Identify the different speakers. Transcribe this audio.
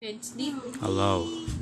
Speaker 1: It's deep.
Speaker 2: Hello.